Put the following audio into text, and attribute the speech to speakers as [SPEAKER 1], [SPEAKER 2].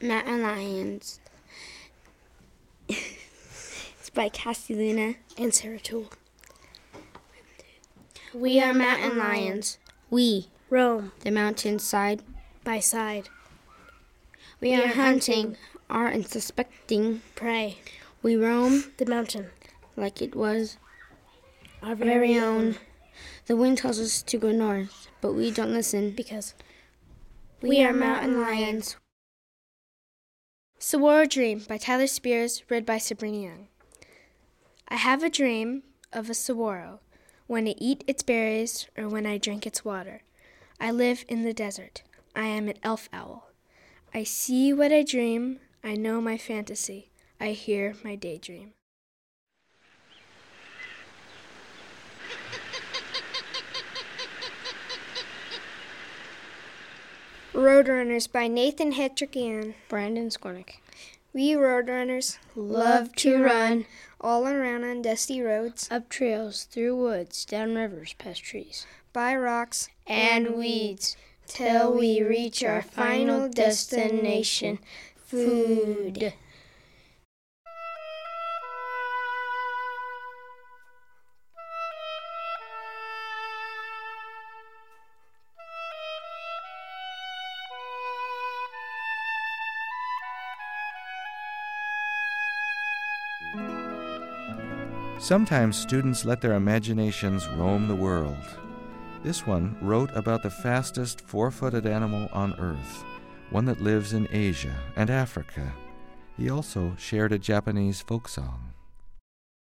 [SPEAKER 1] Not a Lions. it's by Cassie Luna and Sarah Toole. We are mountain lions. We,
[SPEAKER 2] Roam
[SPEAKER 1] the mountainside.
[SPEAKER 2] by side,
[SPEAKER 1] We are hunting, are unsuspecting.
[SPEAKER 2] prey,
[SPEAKER 1] We roam
[SPEAKER 2] the mountain,
[SPEAKER 1] like it was
[SPEAKER 2] our
[SPEAKER 1] very own. The wind tells us to go north, but we don't listen.
[SPEAKER 2] Because
[SPEAKER 1] We are mountain lions.
[SPEAKER 2] Saguaro Dream by Tyler Spears, read by Sabrina Young. I have a dream of a saguaro. When I eat its berries or when I drink its water, I live in the desert. I am an elf owl. I see what I dream. I know my fantasy. I hear my daydream. Roadrunners by Nathan Hetrikian.
[SPEAKER 1] Brandon Skornick.
[SPEAKER 2] We roadrunners all around on dusty roads,
[SPEAKER 1] up trails, through woods, down rivers, past trees.
[SPEAKER 2] by rocks
[SPEAKER 1] and weeds till we reach our final destination food.
[SPEAKER 3] Sometimes students let their imaginations roam the world. This one wrote about the fastest four footed animal on Earth, one that lives in Asia and Africa. He also shared a Japanese folk song.